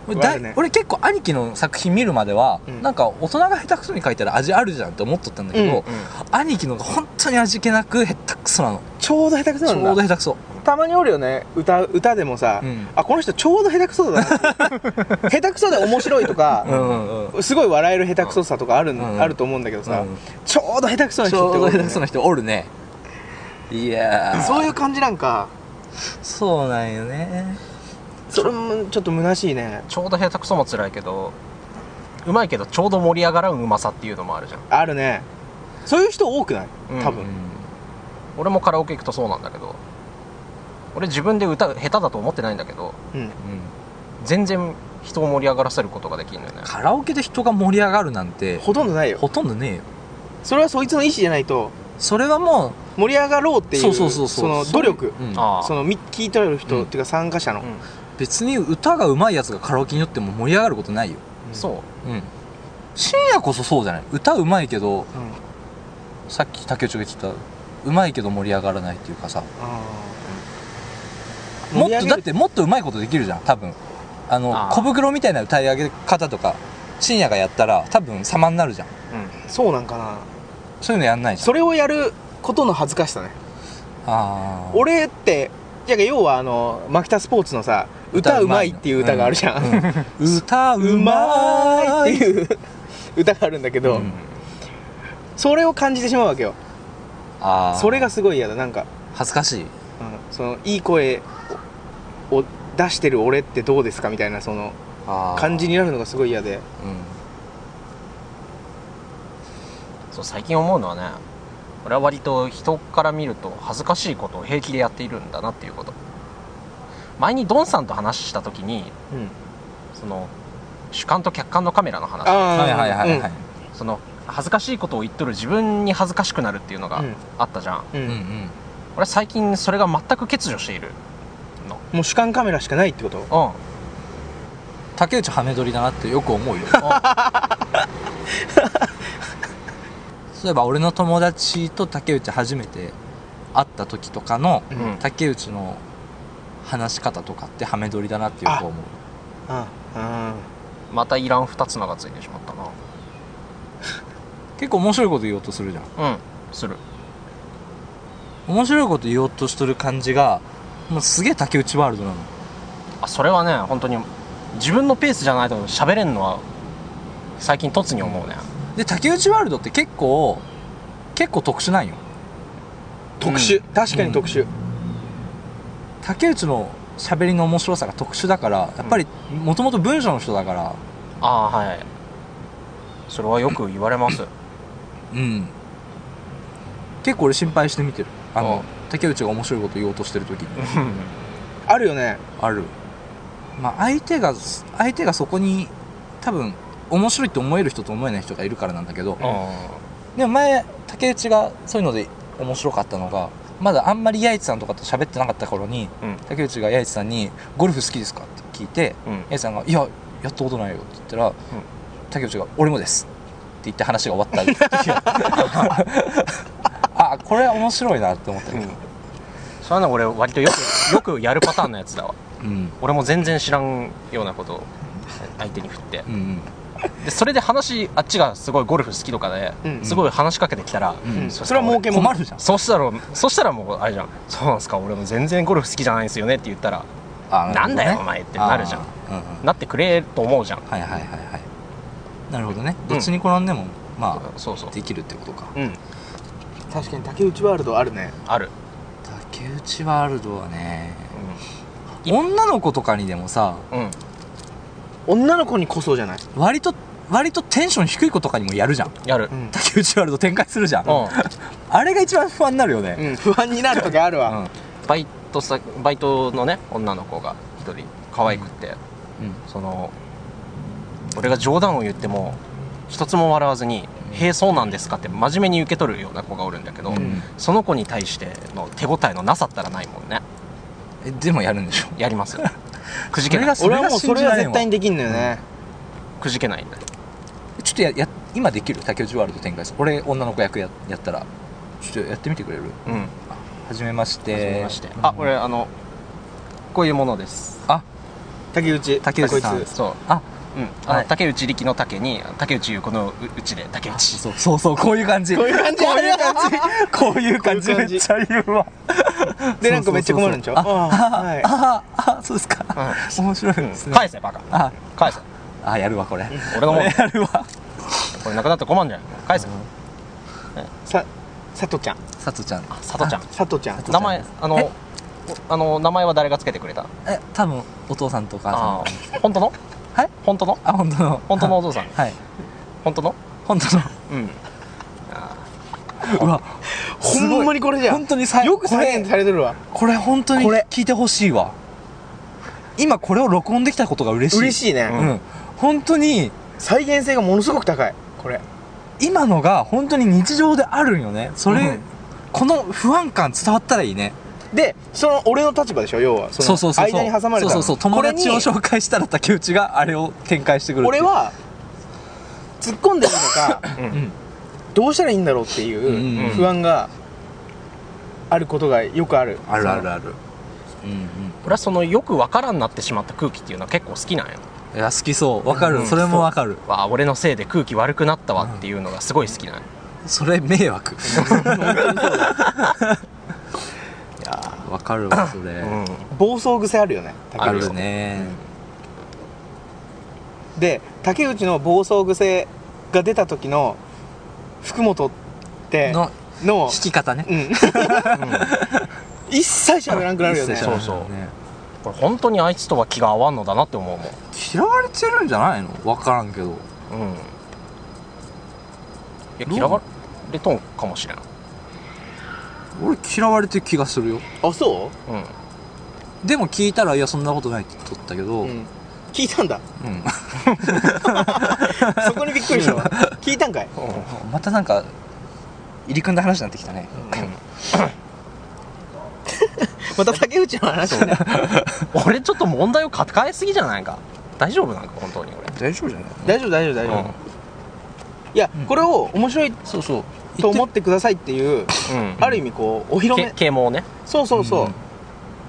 Speaker 1: 俺だい
Speaker 2: わかるね
Speaker 1: 俺結構兄貴の作品見るまでは、
Speaker 2: うん
Speaker 1: なんか大人が下手くそに書いたら味あるじゃんって思っとったんだけど、兄貴のが本当に味気なく下手くそなの
Speaker 2: ちょうど下手くそ
Speaker 1: ち
Speaker 2: な
Speaker 1: ょうんど
Speaker 2: だ
Speaker 1: 下手くそ、
Speaker 2: たまにおるよね歌歌でもさ、
Speaker 1: うん
Speaker 2: あこの人ちょうど下手くそ だな下手くそで面白いと
Speaker 1: う
Speaker 2: か、
Speaker 1: んうんうん
Speaker 2: すごい笑える下手くそさとかある,、
Speaker 1: ん
Speaker 2: あると思うんだけどさ、
Speaker 1: うん
Speaker 2: ちょうど下手くそな
Speaker 1: ち
Speaker 2: 人
Speaker 1: ょ
Speaker 2: っ
Speaker 1: う
Speaker 2: て
Speaker 1: ど
Speaker 2: 多い
Speaker 1: 下手
Speaker 2: よね
Speaker 1: くそな人おるねいやー
Speaker 2: そういう感じなんか
Speaker 1: そうなんよね
Speaker 2: それもちょっと虚しいね
Speaker 3: ちょうど下手くそも辛いけどうまいけどちょうど盛り上がらんうまさっていうのもあるじゃん
Speaker 2: あるねそういう人多くない
Speaker 3: うん
Speaker 2: 多
Speaker 1: う
Speaker 2: 分、
Speaker 1: ん
Speaker 3: 俺もカラオケ行くとそうなんだけど俺自分で歌う下手だと思ってないんだけど
Speaker 2: うん
Speaker 1: うん
Speaker 3: 全然人を盛り上がらせることができるんだよね
Speaker 1: カラオケで人が盛り上がるなんて
Speaker 2: ほとんどないよ
Speaker 1: ほとんどねえよ
Speaker 2: それはそいつの意思じゃないと
Speaker 1: それはも
Speaker 2: 盛り上がろうって
Speaker 1: う
Speaker 2: いう
Speaker 1: そうそうそう
Speaker 2: その努力
Speaker 1: うん
Speaker 3: ああ
Speaker 2: そのみ聞いとる人、
Speaker 1: うん
Speaker 2: っていうか参加者の、
Speaker 3: うん
Speaker 1: 別に歌が上手いやつがカラオケによっても盛り上がることないよ
Speaker 3: そう
Speaker 1: うん深夜こそそうじゃない歌上手いけど
Speaker 2: うん、うん
Speaker 1: さっき竹内が言ってた上手いけど盛り上がらないっていうかさもっとだってもっと上手いことできるじゃん多分あの
Speaker 3: ああ
Speaker 1: 小袋みたいな歌い上げ方とか深夜がやったら多分様になるじゃん
Speaker 2: そうなんかな
Speaker 1: そういうのやんないじゃん
Speaker 2: それをやることの恥ずかしさね
Speaker 1: ああ
Speaker 2: 俺っていや要はあのマキタスポーツのさ歌うまいっていう歌があるじゃん、
Speaker 1: うん歌
Speaker 2: う
Speaker 1: う
Speaker 2: ま
Speaker 1: ま
Speaker 2: い
Speaker 1: い
Speaker 2: っていう歌があるんだけど、
Speaker 1: うん
Speaker 2: それを感じてしまうわけよ
Speaker 1: ああ
Speaker 2: それがすごい嫌だなんか、
Speaker 1: 恥ずかしい
Speaker 2: うん、そのいい声をを出してる俺ってどうですかみたいなその感じになるのがすごい嫌で
Speaker 1: う
Speaker 3: そう最近思うのはね俺は割と人から見ると恥ずかしいことを平気でやっているんだなっていうこと前にドンさんと話した時に
Speaker 2: うん
Speaker 3: その主観と客観のカメラの話
Speaker 1: ん
Speaker 2: あ
Speaker 1: はいはいはいはい
Speaker 2: い
Speaker 3: その恥ずかしいことを言っとる自分に恥ずかしくなるっていうのが
Speaker 2: うん
Speaker 3: あったじゃん、
Speaker 2: うん
Speaker 1: うんうん
Speaker 3: 俺は最近それが全く欠如している
Speaker 2: もう主観カメラしかないってこと
Speaker 3: うん
Speaker 1: 竹内ハメ撮りだなってよく思うよそういえば俺の友達と竹内初めて会った時とかの
Speaker 2: う
Speaker 3: うんん、
Speaker 1: 竹内の話し方とかってハメ撮りだなってよく思う
Speaker 2: ああ
Speaker 3: またいらん2つのがついてしまった
Speaker 1: 結構面白いこと言おうとするじゃん
Speaker 3: なうんする
Speaker 1: 面白いこと言おうとしとる感じがもうすげえ竹内ワールドなの
Speaker 3: あそれはね本当に自分のペースじゃないと喋れんのは最近突に思うね、
Speaker 1: で竹内ワールドって結構結構特殊なんよ
Speaker 2: 特殊、確かに特殊、
Speaker 1: 竹内の喋りの面白さが特殊だからやっぱりもともと文章の人だから
Speaker 3: ああはいそれはよく言われ ます
Speaker 1: うん結構俺心配して見てるあ
Speaker 3: ああ
Speaker 1: の竹内が面白いこと言おうとしてる時に
Speaker 2: あるよね
Speaker 1: あるまあ相手が相手がそこに多分面白いって思える人と思えない人がいるからなんだけど
Speaker 3: あ
Speaker 1: でも前竹内がそういうので面白かったのがまだあんまり八重さんとかと喋ってなかった頃に、
Speaker 3: うん
Speaker 1: 竹内が八重さんに「ゴルフ好きですか?」って聞いて
Speaker 3: ーうん
Speaker 1: 八重さんが「いややったことないよ」って言ったら、竹内が「俺もです」って言って話が終わった 時があこれは面白いなって思ったけど、
Speaker 3: それはね俺割とよくよくやるパターンのやつだわ
Speaker 1: うん
Speaker 3: 俺も全然知らんようなことを相手に振って
Speaker 1: うんうん
Speaker 3: でそれで話あっちがすごいゴルフ好きとかで、
Speaker 2: うん
Speaker 3: すごい話しかけてきたら、
Speaker 1: うん
Speaker 3: そうっすか
Speaker 2: それは儲けもん
Speaker 1: 困るじゃん
Speaker 3: そうしたらそうしたらもうあれじゃんそうなんですか俺も全然ゴルフ好きじゃないんですよねって言ったら
Speaker 1: あ
Speaker 3: なんだよお前ってなるじゃん、
Speaker 1: なほどねあーうんうん
Speaker 3: なってくれと思うじゃん
Speaker 1: はいはいはいはいなるほどねどっちに転んでも、ま
Speaker 3: そうそう
Speaker 1: あできるってことか
Speaker 3: うん
Speaker 2: 確かに竹内ワールドあるね
Speaker 3: ある、
Speaker 1: 竹内ワールドはね
Speaker 3: い
Speaker 1: 女の子とかにでもさ
Speaker 3: うんうん、
Speaker 2: 女の子にこそじゃない、
Speaker 1: 割と割とテンション低い子とかにもやるじゃん
Speaker 3: やる
Speaker 2: うん
Speaker 1: 竹内ワールド展開するじゃん、
Speaker 3: うん
Speaker 1: あれが一番不安になるよね、
Speaker 2: うん、不安になる時あるわ、
Speaker 3: バイトさバイトのね女の子が一人可愛くって
Speaker 1: うん
Speaker 3: その俺が冗談を言っても一つも笑わずに「へえそうなんですか」って真面目に受け取るような子がおるんだけど、
Speaker 1: うん
Speaker 3: その子に対しての手応えのなさったらないもんね
Speaker 1: えでもやるんでしょ
Speaker 3: やり ますよくじけ
Speaker 1: それが
Speaker 3: ない
Speaker 1: ん
Speaker 2: 俺はもうそれは絶対にできんのよね、
Speaker 3: くじけないんだよ
Speaker 1: ちょっとやや今できる竹内ワールド展開する俺女の子役ややったらちょっとやってみてくれる
Speaker 3: うん
Speaker 1: はじめまして
Speaker 3: 初めましてあ俺あのこういうものです
Speaker 1: あ
Speaker 2: 竹内
Speaker 1: 竹内さん
Speaker 2: こいつ
Speaker 3: そう
Speaker 1: あ
Speaker 3: うんあの
Speaker 1: はい
Speaker 3: 竹内力の竹に竹内このううちで竹
Speaker 1: あ
Speaker 3: 内
Speaker 1: そうそうそうこういう感じ
Speaker 2: こういう感じ
Speaker 1: こういう感じこういう感じ
Speaker 2: こういう
Speaker 1: め
Speaker 2: 感じ
Speaker 1: っちゃ言うわ
Speaker 2: でなんかめっちゃ困るんちゃう
Speaker 1: そうそうそうそう
Speaker 2: あ
Speaker 1: あ
Speaker 2: はい
Speaker 1: あああそうですか
Speaker 3: う
Speaker 1: 面白い
Speaker 3: ん
Speaker 1: ですね
Speaker 3: 返せバカ
Speaker 1: あ
Speaker 3: 返せ
Speaker 1: あやるわこれ
Speaker 3: 俺のもん
Speaker 1: やるわ
Speaker 3: これなくなったら困んじゃん返せ
Speaker 2: ささとちゃん
Speaker 1: さとちゃん
Speaker 3: 佐藤ちゃん
Speaker 2: さとちゃん
Speaker 1: 佐藤ちゃん
Speaker 3: 名前あの
Speaker 1: え
Speaker 3: おあの名前は誰がつけてくれた
Speaker 1: え多分お父さんとお母さん
Speaker 3: あー本当の
Speaker 1: はい
Speaker 3: 本当の
Speaker 1: あ本当の
Speaker 3: 本当のお父さん
Speaker 1: はい
Speaker 3: 本当の
Speaker 1: 本当の
Speaker 3: うん
Speaker 1: うわ
Speaker 2: ほんまにこれじゃん
Speaker 1: 本当にさ
Speaker 2: よく
Speaker 1: こ
Speaker 2: 再現
Speaker 1: れ
Speaker 2: されてるわ
Speaker 1: これ本当に
Speaker 2: これ
Speaker 1: 聞いてほしいわ今これを録音できたことが嬉しい
Speaker 2: 嬉しいね、
Speaker 1: いうん本当に
Speaker 2: 再現性がものすごく高いこれ
Speaker 1: 今のが本当に日常であるんよねそれ、
Speaker 3: うん
Speaker 1: この不安感伝わったらいいね
Speaker 2: でその俺の立場でしょ要は
Speaker 1: そうそうそうそう
Speaker 2: 間に挟まれた
Speaker 1: そうそうそう友達を
Speaker 2: これに
Speaker 1: 紹介したら竹内があれを展開してくる
Speaker 2: 俺、は突っ込んでるのか
Speaker 3: う
Speaker 1: うんん、
Speaker 2: どうしたらいいんだろうって
Speaker 1: うん
Speaker 2: い
Speaker 1: うん
Speaker 2: う不安があることがよくある
Speaker 1: あるあるあるうんうん
Speaker 3: 俺はそのよくわからんなってしまった空気っていうのは結構好きなんや
Speaker 1: いや好きそうわかる、
Speaker 3: うん
Speaker 1: それもわかる
Speaker 3: わあ俺のせいで空気悪くなったわっていうのがすごい好きなんや
Speaker 1: それ迷 惑
Speaker 2: いや
Speaker 1: わかるわそれ、
Speaker 3: うん
Speaker 2: ー暴走癖あるよね竹
Speaker 1: あ
Speaker 2: 内
Speaker 1: るね、
Speaker 2: で竹内の暴走癖が出た時の福本って
Speaker 1: の
Speaker 2: の
Speaker 1: 弾き方ね
Speaker 2: うん 一切喋らんくなるよね
Speaker 1: 一切喋らん
Speaker 3: そうそう
Speaker 1: ね
Speaker 3: これ本当にあいつとは気が合わんのだなって思うも
Speaker 1: 嫌われてるんじゃないのわからんけど
Speaker 3: んうんいや
Speaker 1: どう
Speaker 3: 嫌われとんかもしれん
Speaker 1: 俺嫌われてる気がするよ
Speaker 2: あそ
Speaker 3: うん
Speaker 1: でも聞いたらいやそんなことないって言っとったけど、
Speaker 2: う、うん、聞いたんだ
Speaker 1: うん
Speaker 2: そこにびっくりしたわ聞いたんかい
Speaker 1: またなんか入り組んだ話になってきたね
Speaker 2: また竹内の話ね
Speaker 3: 俺ちょっと問題を抱えすぎじゃないか大丈夫なんか本当に俺
Speaker 1: 大丈夫じゃない
Speaker 2: 大丈夫大丈夫大丈夫、
Speaker 3: うん
Speaker 2: いや、
Speaker 1: うん
Speaker 2: これを面白い
Speaker 1: そうそう
Speaker 2: と思
Speaker 1: 言
Speaker 2: っててくださいっていう
Speaker 3: うん
Speaker 2: ある意味こうお披露目
Speaker 3: け啓蒙ね
Speaker 2: そうそうそう、
Speaker 1: うん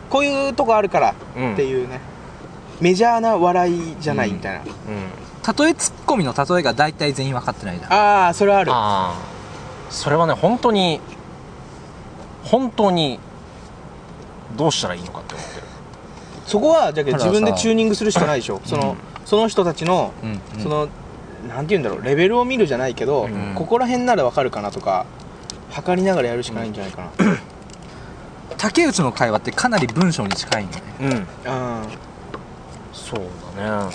Speaker 2: こういうとこあるから
Speaker 3: うん
Speaker 2: っていうね、メジャーな笑いじゃないみたいな、
Speaker 3: うん
Speaker 1: 例えツッコミの例えが大体全員分かってないじゃん
Speaker 2: ああそれはある
Speaker 3: ああそれはね本当に本当にどうしたらいいのかって思ってる
Speaker 2: そこはじゃあ
Speaker 1: たださ
Speaker 2: 自分でチューニングするしかないでしょそのその人たちの
Speaker 1: うんうん
Speaker 2: そのなんて言うんだろうレベルを見るじゃないけど
Speaker 3: うん
Speaker 2: ここら辺ならわかるかなとか測りながらやるしかないんじゃないかな
Speaker 1: 竹内の会話ってかなり文章に近いんだね
Speaker 3: うん
Speaker 2: うん
Speaker 3: そうだね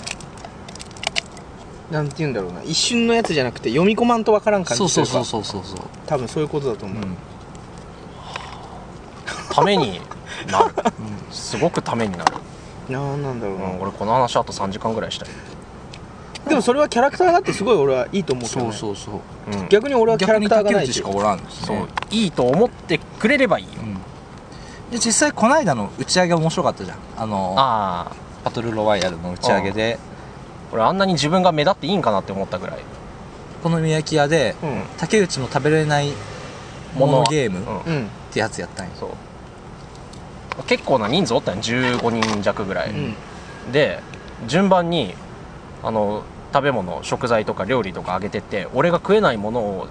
Speaker 2: なんて言うんだろうな一瞬のやつじゃなくて読み込まんとわからん感じ
Speaker 1: そうそう
Speaker 2: とい
Speaker 1: そうう
Speaker 2: か
Speaker 1: そうそうそう
Speaker 2: 多分そういうことだと
Speaker 1: う
Speaker 2: 思
Speaker 1: ん
Speaker 2: う、
Speaker 3: ためになるすごくためになる、
Speaker 2: なんなんだろう
Speaker 3: う
Speaker 2: な、
Speaker 3: ん、俺この話あと3時間ぐらいしたい、
Speaker 2: でもそれはキャラクターだってすごい俺はいいと思うけど、ね、
Speaker 1: そうそうそう
Speaker 3: うん、
Speaker 2: 逆に俺はキャ
Speaker 1: 逆
Speaker 2: ラ
Speaker 1: に
Speaker 2: クターが
Speaker 1: 竹
Speaker 2: ない
Speaker 1: 内
Speaker 2: し
Speaker 1: しかおらんです
Speaker 3: そう、
Speaker 1: ね
Speaker 3: いいと思ってくれればいいよ、
Speaker 1: うんで実際この間の打ち上げ面白かったじゃんあの
Speaker 3: ああ
Speaker 1: パトルロワイヤルの打ち上げで
Speaker 3: 俺あんなに自分が目立っていいんかなって思ったぐらい
Speaker 1: この焼き屋で
Speaker 2: う
Speaker 1: 竹内の食べれないものゲームっ
Speaker 3: うん
Speaker 2: んうん
Speaker 1: てやつやったんよ
Speaker 3: そう結構な人数おったんよ15人弱ぐらい、
Speaker 2: うん
Speaker 3: で順番にあの食べ物食材とか料理とかあげてって俺が食えないものを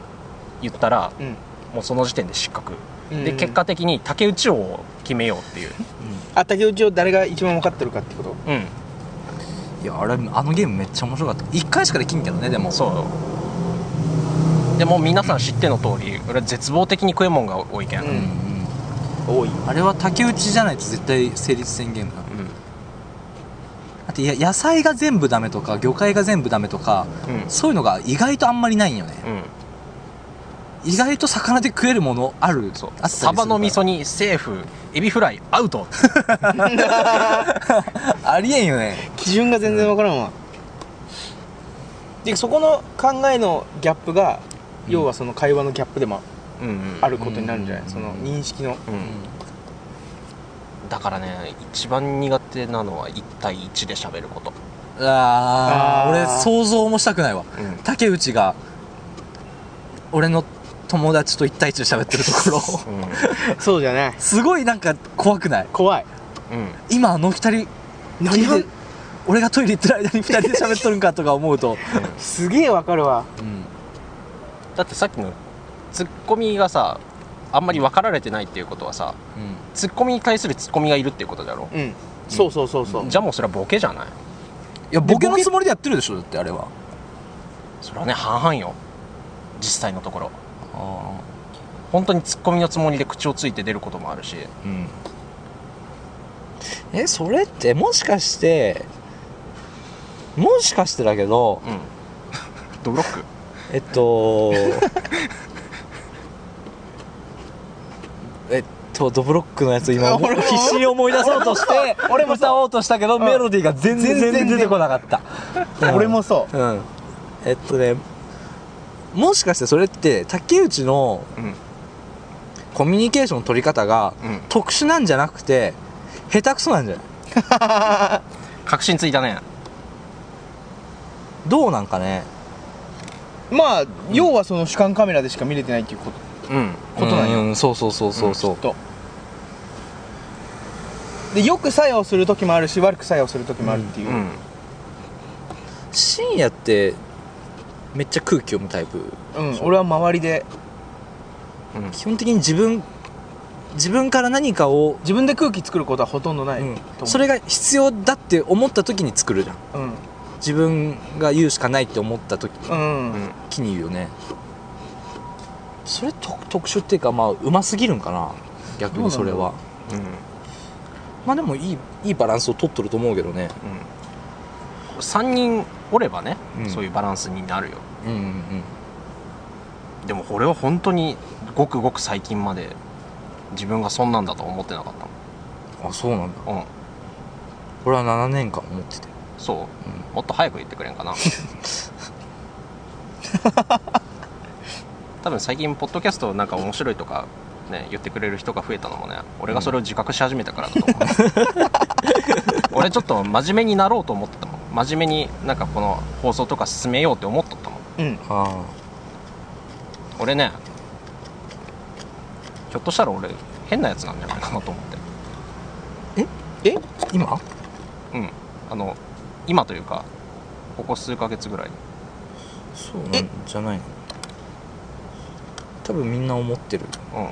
Speaker 3: 言ったら
Speaker 2: うん
Speaker 3: もうその時点で失格、
Speaker 2: うん
Speaker 3: で結果的に竹内を決めようっていう、
Speaker 2: あ竹内を誰が一番分かってるかってこと
Speaker 3: うん、
Speaker 1: いやあれあのゲームめっちゃ面白かった1回しかできんけどねでも
Speaker 3: そうでもう皆さん知っての通り俺は絶望的に食えもんが多いけん、
Speaker 2: う
Speaker 1: うんんうん
Speaker 2: 多い
Speaker 1: あれは竹内じゃないと絶対成立せんゲームだ
Speaker 3: うん
Speaker 1: だってや野菜が全部ダメとか魚介が全部ダメとか
Speaker 3: うん
Speaker 1: そういうのが意外とあんまりないんよね
Speaker 3: うん
Speaker 1: 意外と魚で食えるものある
Speaker 3: そう
Speaker 1: あったりする
Speaker 3: サ
Speaker 1: から
Speaker 3: バの味噌煮セーフエビフライアウト
Speaker 1: ありえんよね
Speaker 2: 基準が全然分からんわ、でそこの考えのギャップが
Speaker 1: うん
Speaker 2: 要はその会話のギャップでも
Speaker 3: うん、うん、
Speaker 2: あることになるんじゃない、
Speaker 1: うん
Speaker 2: その認識の
Speaker 3: うんだからね一番苦手なのは1対1で喋ること、
Speaker 1: ああ
Speaker 2: あ
Speaker 1: 俺
Speaker 2: ー
Speaker 1: 想像もしたくないわ竹内が俺の友達と一対一で喋ってるところ
Speaker 3: う ん
Speaker 2: そうじゃない
Speaker 1: すごいなんか怖くない
Speaker 2: 怖い
Speaker 3: うん
Speaker 1: 今あの二人
Speaker 2: 何
Speaker 1: 聞い
Speaker 2: で
Speaker 1: て俺がトイレ行ってる間に二人で喋っとるんかとか思うと、
Speaker 2: すげえ分かるわ
Speaker 1: うん、
Speaker 3: だってさっきのツッコミがさあんまり分かられてないっていうことはさツッコミに対するツッコミがいるっていうことだろ
Speaker 2: うんそうそうそうそう、
Speaker 3: じゃあもうそれはボケじゃない
Speaker 1: いやボケのつもりでやってるでしょだってあれは
Speaker 3: それはね半々よ実際のところ
Speaker 1: あ
Speaker 3: 本当にツッコミのつもりで口をついて出ることもあるし
Speaker 1: うんえそれってもしかしてもしかしてだけど
Speaker 3: うん ドブロック
Speaker 1: えっとえっとドブロックのやつ今思い
Speaker 2: 俺も
Speaker 1: 必死に思い出そうとして俺も歌おうとしたけどメロディーが全然
Speaker 2: 全然
Speaker 1: 出てこなかったうん
Speaker 2: 俺もそう
Speaker 1: うんえっとねもしかしてそれって竹内の
Speaker 3: うん
Speaker 1: コミュニケーションの取り方が
Speaker 3: うん
Speaker 1: 特殊なんじゃなくて下手くそなんじゃない
Speaker 3: 確信ついたね
Speaker 1: どうなんかね
Speaker 2: まあ、要はその主観カメラでしか見れてないっていうこと
Speaker 3: うん
Speaker 2: ことなんよ
Speaker 1: うんそうそうそうそうそう、
Speaker 2: とでよく作用する時もあるし悪く作用する時もあるっていう、
Speaker 3: うん
Speaker 1: 深夜ってめっちゃ空気読むタイプ
Speaker 2: うん俺は周りで
Speaker 3: うん
Speaker 1: 基本的に自分自分から何かを、
Speaker 2: 自分で空気作ることはほとんどない、
Speaker 1: うん
Speaker 2: と思う
Speaker 1: それが必要だって思った時に作るじゃん
Speaker 2: うん
Speaker 1: 自分が言うしかないって思った時
Speaker 2: うん、
Speaker 3: うん
Speaker 1: 気に言うよねそれと特殊っていうかまあうますぎるんかな逆にそれ
Speaker 2: どうな
Speaker 1: は
Speaker 3: うん
Speaker 1: まあでもいいいいバランスを取っとると思うけどね
Speaker 3: うん、3人おればね、
Speaker 1: うん
Speaker 3: そういうバランスになるよ
Speaker 1: うんうん
Speaker 3: でも俺は本当にごくごく最近まで自分がそんなんだと思ってなかった
Speaker 1: うんあそうなんだ
Speaker 3: もんうん
Speaker 1: これは7年間思ってて
Speaker 3: そう、
Speaker 1: う
Speaker 3: もっと早く言ってくれん かな多分最近ポッドキャストなんか面白いとかね言ってくれる人が増えたのもね俺がそれを自覚し始めたからだと思う、 俺ちょっと真面目になろうと思ってたもん真面目になんかこの放送とか進めようって思っとったもん
Speaker 2: うん、
Speaker 1: あ
Speaker 3: 俺ねひょっとしたら俺変なやつなんじゃないかなと思って
Speaker 2: え
Speaker 1: あ今
Speaker 3: うんあの今というかここ数ヶ月ぐらい
Speaker 1: そうなん
Speaker 2: え
Speaker 1: じゃないの多分みんな思ってる
Speaker 3: うん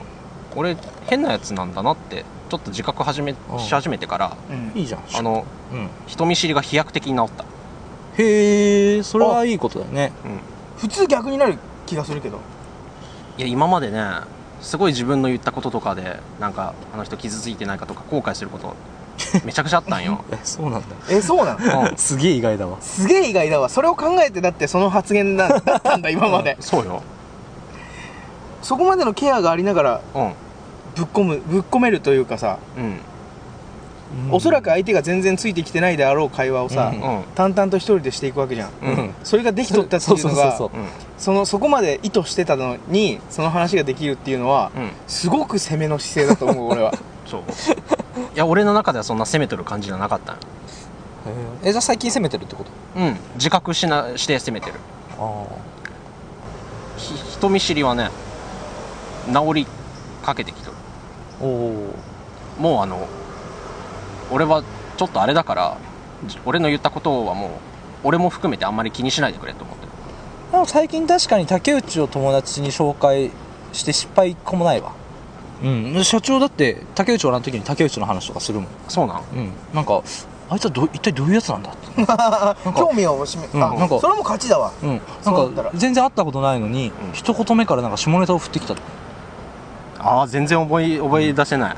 Speaker 3: 俺変なやつなんだなってちょっと自覚始め
Speaker 1: うん
Speaker 3: し始めてから
Speaker 2: う
Speaker 1: い
Speaker 2: ん
Speaker 1: いじゃん
Speaker 3: あの
Speaker 1: うん
Speaker 3: 人見知りが飛躍的に治った
Speaker 1: へえそれはいいことだね
Speaker 2: 普通逆になる気がするけど
Speaker 3: いや今までねすごい自分の言ったこととかでなんかあの人傷ついてないかとか後悔することめちゃくちゃあったん よ、
Speaker 1: えそうなんだ
Speaker 2: えそうなの
Speaker 3: うん、
Speaker 1: すげえ意外だわ
Speaker 2: すげえ意外だわそれを考えてだってその発言だだったんだ今まで
Speaker 3: そうよ、
Speaker 2: そこまでのケアがありながら
Speaker 3: うん
Speaker 2: ぶっ込むぶっ込めるというかさ、
Speaker 3: うん
Speaker 2: おそらく相手が全然ついてきてないであろう会話をさ、
Speaker 1: うん
Speaker 3: うん
Speaker 2: 淡々と一人でしていくわけじゃん
Speaker 1: うん
Speaker 3: うん
Speaker 2: それができとったって
Speaker 1: そ
Speaker 2: いうう
Speaker 1: そう
Speaker 2: の
Speaker 1: そう
Speaker 2: が
Speaker 1: そう
Speaker 3: うん
Speaker 2: そのそこまで意図してたのにその話ができるっていうのは
Speaker 3: うん
Speaker 2: すごく攻めの姿勢だと思 う俺は
Speaker 3: そういや俺の中ではそんな攻めとる感じじゃなかったんよ
Speaker 1: えじゃあ最近攻めてるってこと
Speaker 3: うん自覚しなして攻めてる
Speaker 1: あ
Speaker 3: ひ人見知りはね治りかけてきとる
Speaker 1: あおお
Speaker 3: もうあの俺はちょっとあれだからじ俺の言ったことはもう俺も含めてあんまり気にしないでくれと思ってる
Speaker 1: でも最近確かに竹内を友達に紹介して失敗一個もないわうん社長だって竹内おらん時に竹内の話とかするもん
Speaker 3: そうなん
Speaker 1: うんなんかあいつはど一体どういうやつなんだって、
Speaker 2: 興味を示
Speaker 1: うん
Speaker 2: あ
Speaker 1: なんか
Speaker 2: それはもう勝ちだわ
Speaker 1: うん、
Speaker 2: そうだ
Speaker 1: な
Speaker 2: っ
Speaker 1: ん
Speaker 2: た
Speaker 1: から全然会ったことないのに、
Speaker 3: うん
Speaker 1: 一言目からなんか下ネタを振ってきた
Speaker 3: ああ全然思い思い出せない、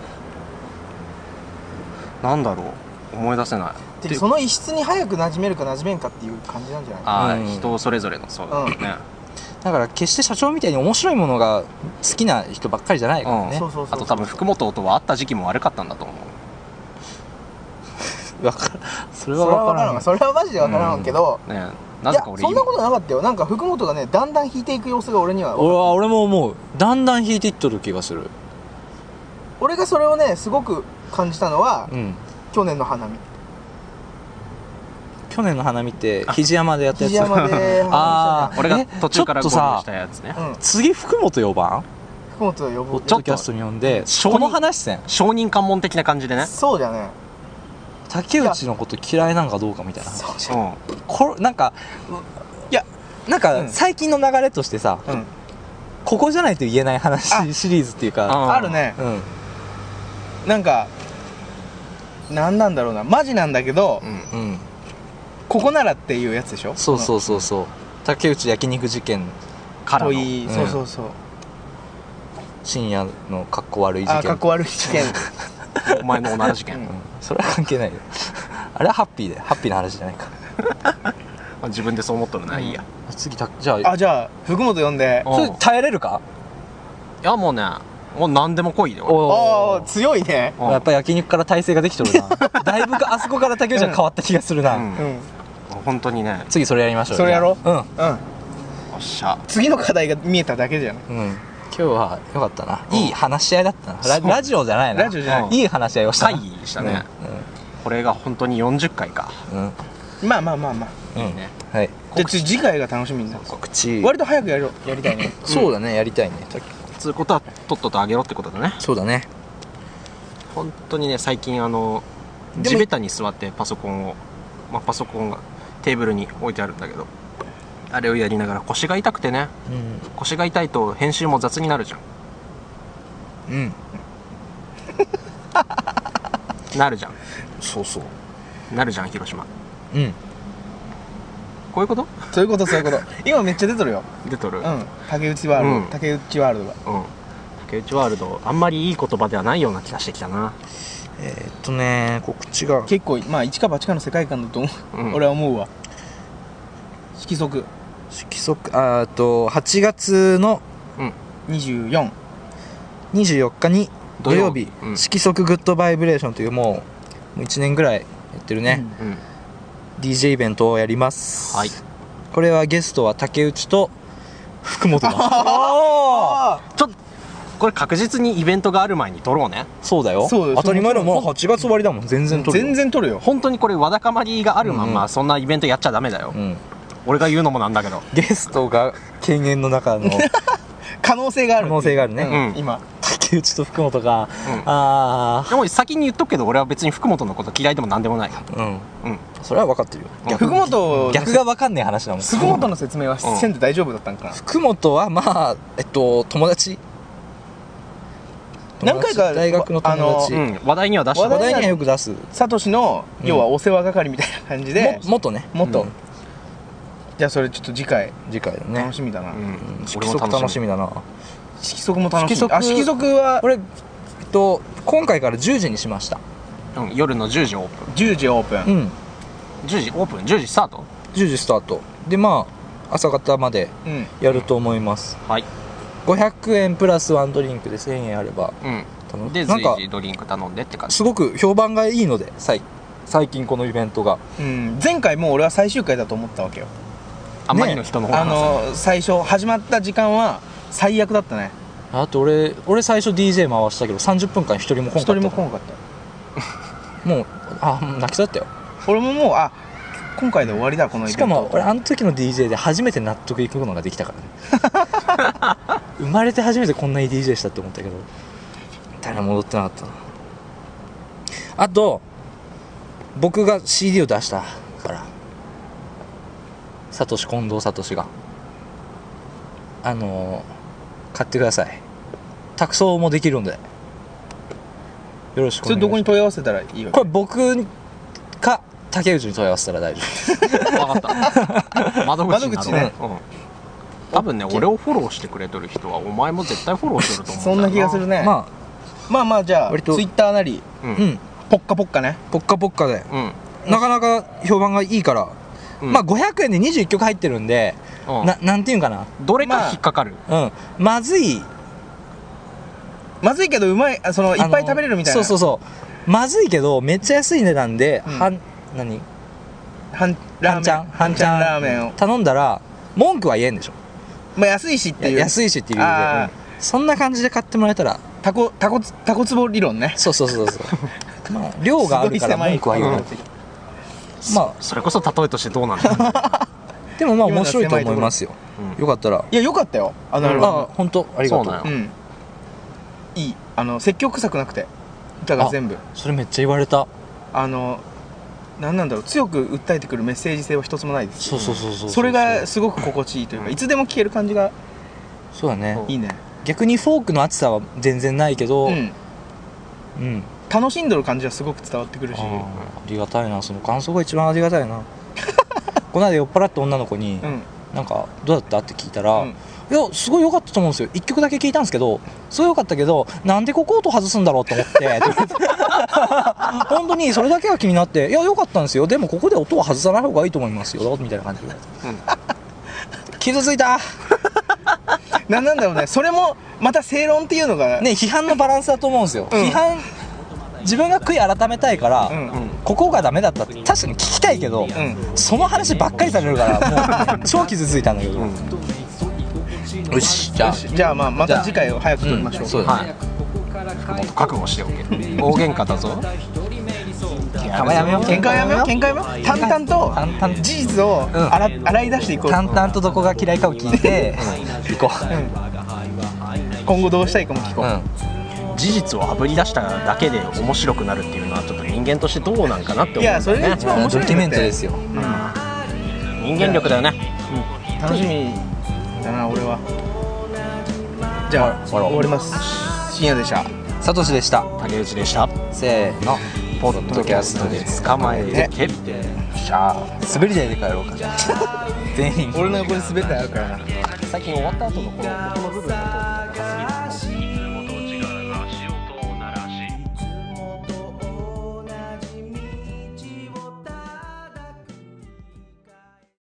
Speaker 3: なんだろう思い出せない
Speaker 2: でその一室に早く馴染めるか馴染めんかっていう感じなんじゃない
Speaker 3: ああ、
Speaker 1: うん
Speaker 3: 人それぞれのそうだね、
Speaker 1: だから決して社長みたいに面白いものが好きな人ばっかりじゃないからね
Speaker 2: そうそうそう
Speaker 3: あと多分福本とは会った時期も悪かったんだと思う
Speaker 1: わからんそ
Speaker 2: そ
Speaker 1: れ
Speaker 2: れ
Speaker 1: は
Speaker 2: は
Speaker 1: 分
Speaker 2: 分
Speaker 1: か
Speaker 2: かららん
Speaker 1: ん
Speaker 2: わそれはマジで分からんけど、
Speaker 3: ねないぜ
Speaker 2: や
Speaker 3: か俺
Speaker 2: そんなことなかったよなんか福本がねだんだん引いていく様子が俺には
Speaker 1: 俺は俺も思うだんだん引いていっとる気がする
Speaker 2: 俺がそれをねすごく感じたのは、
Speaker 1: うん
Speaker 2: 去年の花見
Speaker 1: 去年の花見って肘山でやったやつ
Speaker 2: 肘山で
Speaker 1: あー
Speaker 3: 俺が途中から
Speaker 1: えちょ
Speaker 3: 合
Speaker 1: っとさ
Speaker 3: 流したやつね
Speaker 2: 花見したね
Speaker 1: 次福本呼ばん
Speaker 2: うん福本を呼
Speaker 1: ポ
Speaker 2: ぼ
Speaker 1: ッ
Speaker 2: う
Speaker 1: ドキャストに呼んで
Speaker 3: ちょっ
Speaker 1: ことの話せん
Speaker 3: 承認喚問的な感じでね
Speaker 2: そうじゃね
Speaker 1: 竹内のこと嫌いなんかどうかみたいな
Speaker 2: そうじ
Speaker 3: う
Speaker 2: ゃね
Speaker 3: ん
Speaker 1: これなんかいやなん
Speaker 2: う
Speaker 1: か
Speaker 2: ん
Speaker 1: 最近の流れとしてさ、
Speaker 2: うん
Speaker 1: ここじゃないと言えない話
Speaker 2: あ
Speaker 1: シリーズっていうか
Speaker 2: あるね
Speaker 1: うん
Speaker 2: なんかなんなんだろうなマジなんだけど、
Speaker 3: うん
Speaker 1: うん
Speaker 2: ここならっていうやつでしょ
Speaker 1: そうそううそうそう竹内焼肉事件
Speaker 3: からの
Speaker 2: 問い
Speaker 1: うん
Speaker 2: そうそうそう
Speaker 1: 深夜の格好悪い事件
Speaker 2: あかっこ悪い事件
Speaker 3: お前のおなら事
Speaker 2: う
Speaker 3: 件
Speaker 2: ん
Speaker 1: うんそれは関係ないよ あれはハッピーでハッピーな話じゃないか
Speaker 3: 自分でそう思っとるな、いいや
Speaker 1: 次たじゃあ
Speaker 2: あじゃあ福本呼んで
Speaker 3: あ
Speaker 1: それ耐えれるか
Speaker 3: いやもうねもう何でも来いで俺
Speaker 2: ああ強いね
Speaker 3: うん
Speaker 1: やっぱ焼肉から体勢ができとるなだいぶあそこから竹内は変わった気がするな、
Speaker 3: うん
Speaker 2: うん
Speaker 3: 本当にね
Speaker 1: 次それやりましょう
Speaker 2: それやろ
Speaker 1: う
Speaker 2: うん
Speaker 3: おっしゃ
Speaker 2: 次の課題が見えただけじゃない
Speaker 1: うん、うん、今日は良かったな
Speaker 3: うん
Speaker 1: いい話し合いだったなララジオじゃないな
Speaker 2: ラジオじゃない
Speaker 1: いい話し合いをした
Speaker 3: 会
Speaker 1: な
Speaker 3: 議したね、これが本当に40回か
Speaker 1: うんうん
Speaker 2: まあまあまあまあ
Speaker 1: うん
Speaker 3: いいね
Speaker 1: はい
Speaker 2: じゃあ次次回が楽しみになる
Speaker 1: 告知
Speaker 2: 割と早くやろうやりたいね
Speaker 1: そうだねやりたいね
Speaker 3: つうことはとっととあげろってことだね
Speaker 1: そうだね
Speaker 3: 本当にね最近あの
Speaker 2: でも
Speaker 3: 地べたに座ってパソコンを、まあ、パソコンがテーブルに置いてあるんだけどあれをやりながら腰が痛くてね
Speaker 1: う
Speaker 3: 腰が痛いと編集も雑になるじゃ
Speaker 1: ん
Speaker 3: ん
Speaker 1: うん
Speaker 3: なるじゃん
Speaker 1: そうそう
Speaker 3: なるじゃん広島
Speaker 1: うん
Speaker 3: こういうこと
Speaker 2: そういうことそういうこと今めっちゃ出とるよ
Speaker 3: 出とる
Speaker 2: うん竹内ワールド、
Speaker 3: うん
Speaker 2: 竹内ワールドが
Speaker 3: うん、竹内ワールドあんまりいい言葉ではないような気がしてきたな
Speaker 1: えーっとね告知が
Speaker 2: 結構まあ一か八かの世界観だと思う、
Speaker 3: うん
Speaker 2: 俺は思うわ色即
Speaker 1: 規則あーっと8月の
Speaker 2: 24
Speaker 1: 24日に土
Speaker 3: 土
Speaker 1: 曜
Speaker 3: 曜
Speaker 1: 日
Speaker 3: 日
Speaker 1: 「
Speaker 3: うん
Speaker 1: 色即グッドバイブレーション」というもう1年ぐらいやってるね、
Speaker 3: うん
Speaker 1: DJ イベントをやります
Speaker 3: はい
Speaker 1: これはゲストは竹内と福本だ
Speaker 2: あ
Speaker 3: ちょっとこれ確実にイベントがある前に撮ろうね
Speaker 1: そうだよ
Speaker 2: そうです
Speaker 1: 当たり前だもん8月終わりだもん全然
Speaker 2: あ
Speaker 1: 取る
Speaker 2: 全然取るよ
Speaker 3: 本当にこれわだかまりがあるまん
Speaker 1: うんう
Speaker 3: まそんなイベントやっちゃダメだよ、
Speaker 1: うん、
Speaker 3: 俺が言うのもなんだけど
Speaker 1: ゲストが犬猿の中 の
Speaker 2: 可能性がある
Speaker 1: 可能性があるね
Speaker 2: うん
Speaker 3: うん
Speaker 2: 今
Speaker 1: 竹内と福本が、
Speaker 3: うん
Speaker 1: あ
Speaker 3: でも先に言っとくけど俺は別に福本のこと嫌いでも何でもない
Speaker 1: あうん
Speaker 3: うん
Speaker 1: それは分かってるよ
Speaker 3: いや
Speaker 2: 福本
Speaker 1: 逆が分かんねえ話だもん
Speaker 2: 福本の説明は
Speaker 3: うん
Speaker 2: せんで大丈夫だったんかな
Speaker 1: 福本はまあえっと友達
Speaker 2: 何回か
Speaker 1: 大学の友達
Speaker 2: あ
Speaker 3: う
Speaker 2: の
Speaker 3: ん、話題には出し
Speaker 1: 話
Speaker 3: て
Speaker 1: 題
Speaker 2: 話題
Speaker 1: に
Speaker 2: に
Speaker 1: は
Speaker 2: は
Speaker 1: よく出す
Speaker 2: サトシの
Speaker 1: うん
Speaker 2: 要はお世話係みたいな感じで、
Speaker 1: も元ね
Speaker 2: もっと、
Speaker 1: うん
Speaker 2: じゃあそれちょっと次回
Speaker 1: 次回だね
Speaker 2: 楽しみだな、
Speaker 3: うん
Speaker 1: うん
Speaker 3: 俺
Speaker 1: 色
Speaker 3: も
Speaker 1: 足楽し
Speaker 3: み
Speaker 1: みだな
Speaker 2: 色足も楽しみ
Speaker 1: 色足
Speaker 2: あ色足は
Speaker 1: これえっと今回から10時にしました
Speaker 3: うん、夜の10時オープン
Speaker 2: 10時オープン、
Speaker 1: うん
Speaker 3: 10時オープン10時スタート
Speaker 1: 10時スタートでまあ朝方まで
Speaker 2: うん
Speaker 1: やると思います
Speaker 3: はい、
Speaker 1: 500円プラスワンドリンクで1000円あれば
Speaker 3: う
Speaker 1: 頼む
Speaker 3: ん、で
Speaker 1: なん
Speaker 3: 随
Speaker 1: か
Speaker 3: 時ドリンク頼んでって感じ
Speaker 1: すごく評判がいいので最最近このイベントが
Speaker 2: うん、前回もう俺は最終回だと思ったわけよ
Speaker 3: あまりの人の方が
Speaker 2: あの最初始まった時間は最悪だったね
Speaker 1: あと俺俺最初 DJ 回したけど30分間一人も来んか
Speaker 2: 一
Speaker 1: った
Speaker 2: 人も来なかっ
Speaker 1: もうあもう泣きそうだったよ
Speaker 2: た俺ももうあ今回で終わりだこのイベント
Speaker 1: しかも俺あの時の DJ で初めて納得いくのができたからね 生まれて初めてこんないい DJ したって思ったけど誰も戻ってなかったなあと僕が CD を出したからサトシ近藤サトシがあのー買ってください託送もできるんでよろしくお
Speaker 2: それ
Speaker 1: 願いします
Speaker 2: どこに問い合わせたらいいわけ
Speaker 1: これ僕か竹内に問い合わせたら大丈夫
Speaker 3: 分かった窓口になろう
Speaker 2: 窓口ね
Speaker 3: うん多分ね俺をフォローしてくれてる人はお前も絶対フォローしてると思
Speaker 2: そ
Speaker 3: うんんだよ
Speaker 2: な気がするね、まあ、
Speaker 1: ま
Speaker 2: まあじゃあ
Speaker 1: 割と
Speaker 2: ツイッターなり
Speaker 3: うん
Speaker 1: あうん
Speaker 2: ポッカポッカね
Speaker 1: ポッカポッカで
Speaker 3: うん
Speaker 1: なかなか評判がいいから、
Speaker 3: うん
Speaker 1: まあ500円で21曲入ってるんで、
Speaker 3: うん
Speaker 1: ななんていうんかな
Speaker 3: どれか引っかかる
Speaker 1: うんまずいいっ
Speaker 2: まずいけどうまいあそのいっぱい食べれるみたい
Speaker 1: そ
Speaker 2: な
Speaker 1: うそうそうまずいけどめっちゃ安い値段で、
Speaker 2: うん
Speaker 1: はん何
Speaker 2: 半ラ
Speaker 1: 半
Speaker 2: ーメン
Speaker 1: ちゃん半ちゃん
Speaker 2: ラーメンを、
Speaker 1: 頼んだら文句は言えんでしょ
Speaker 2: まあ、安いしって
Speaker 1: い
Speaker 2: いう
Speaker 1: や安いしっていう理由で
Speaker 2: あ
Speaker 1: うんそんな感じで買ってもらえたら
Speaker 2: タコタコつタコツボ理論ね
Speaker 1: そうそうそうそう まあ量があるから
Speaker 2: すごい狭い
Speaker 1: 文句は言えない、ま
Speaker 3: それこそ例えとしてどうなんだろう
Speaker 1: あでもまあ面白いと思いますよ、
Speaker 3: うん
Speaker 1: よかったら
Speaker 2: いやよかったよあのアルバム
Speaker 1: あ本当ありがと
Speaker 3: そう
Speaker 1: う
Speaker 3: なん
Speaker 2: う
Speaker 3: や
Speaker 2: んいいあの説教臭くなくて歌が全部
Speaker 1: それめっちゃ言われた
Speaker 2: あの何なんだろう強く訴えてくるメッセージ性は一つもないです
Speaker 1: そうそうそうそうう
Speaker 2: それがすごく心地いいという
Speaker 3: う
Speaker 2: か
Speaker 3: ん
Speaker 2: いつでも聴ける感じが
Speaker 1: そうだね、
Speaker 3: そう
Speaker 2: いいね
Speaker 1: 逆にフォークの厚さは全然ないけど、
Speaker 2: う
Speaker 1: うん
Speaker 2: ん楽しんどる感じはすごく伝わってくるし
Speaker 1: あーありがたいなその感想が一番ありがた いなこの間酔っ払った女の子に、
Speaker 2: うん
Speaker 1: なんかどうだったって聞いたら、
Speaker 2: うん
Speaker 1: いやすごい良かったと思うんですよ1曲だけ聞いたんですけどすごい良かったけどなんでここ音外すんだろうと思って 本当にそれだけが気になっていや良かったんですよでもここで音は外さない方がいいと思いますよみたいな感じ で、傷ついた
Speaker 2: 何なんだろうねそれもまた正論っていうのが
Speaker 1: ね批判のバランスだと思うんですよ、
Speaker 2: うん
Speaker 1: 批判自分が悔い改めたいから、
Speaker 2: うんうん
Speaker 1: ここがダメだったって確かに聞きたいけど、その話ばっかりされるからもう超傷ついたんだけど、よしじゃあ
Speaker 2: じゃあまあまた次回を早く撮りましょう
Speaker 1: うんそうだね
Speaker 3: はいもっと覚悟しておけ大喧嘩だぞ
Speaker 1: やめようやめよう
Speaker 2: 喧嘩はやめよう喧嘩はやめよう淡々
Speaker 1: 淡々
Speaker 2: と事実を
Speaker 1: ん
Speaker 2: 洗,、洗い出していこう
Speaker 1: 淡々とどこが嫌いかを聞いて行こ
Speaker 2: 今後どうしたいかも聞こ
Speaker 1: う、
Speaker 2: う、
Speaker 3: 事実をあぶり出しただけで面白くなるっていうのはちょっと人間としてどうなんかなって思う
Speaker 2: いやそれが一番面
Speaker 1: ド
Speaker 2: 白いんだって
Speaker 1: キュメントですよ
Speaker 3: 人間力だよね
Speaker 2: 楽しみだな俺はじゃあ
Speaker 1: 終わろう
Speaker 2: 終わります深夜でした
Speaker 1: サトシでした
Speaker 3: 竹内でした
Speaker 1: せーの
Speaker 3: ポッドキャストで捕まえて
Speaker 1: じゃあ滑り台で帰 ろうか全員
Speaker 2: 俺の横で滑ってあるからな
Speaker 3: 最近終わった後のこの音の部分を取って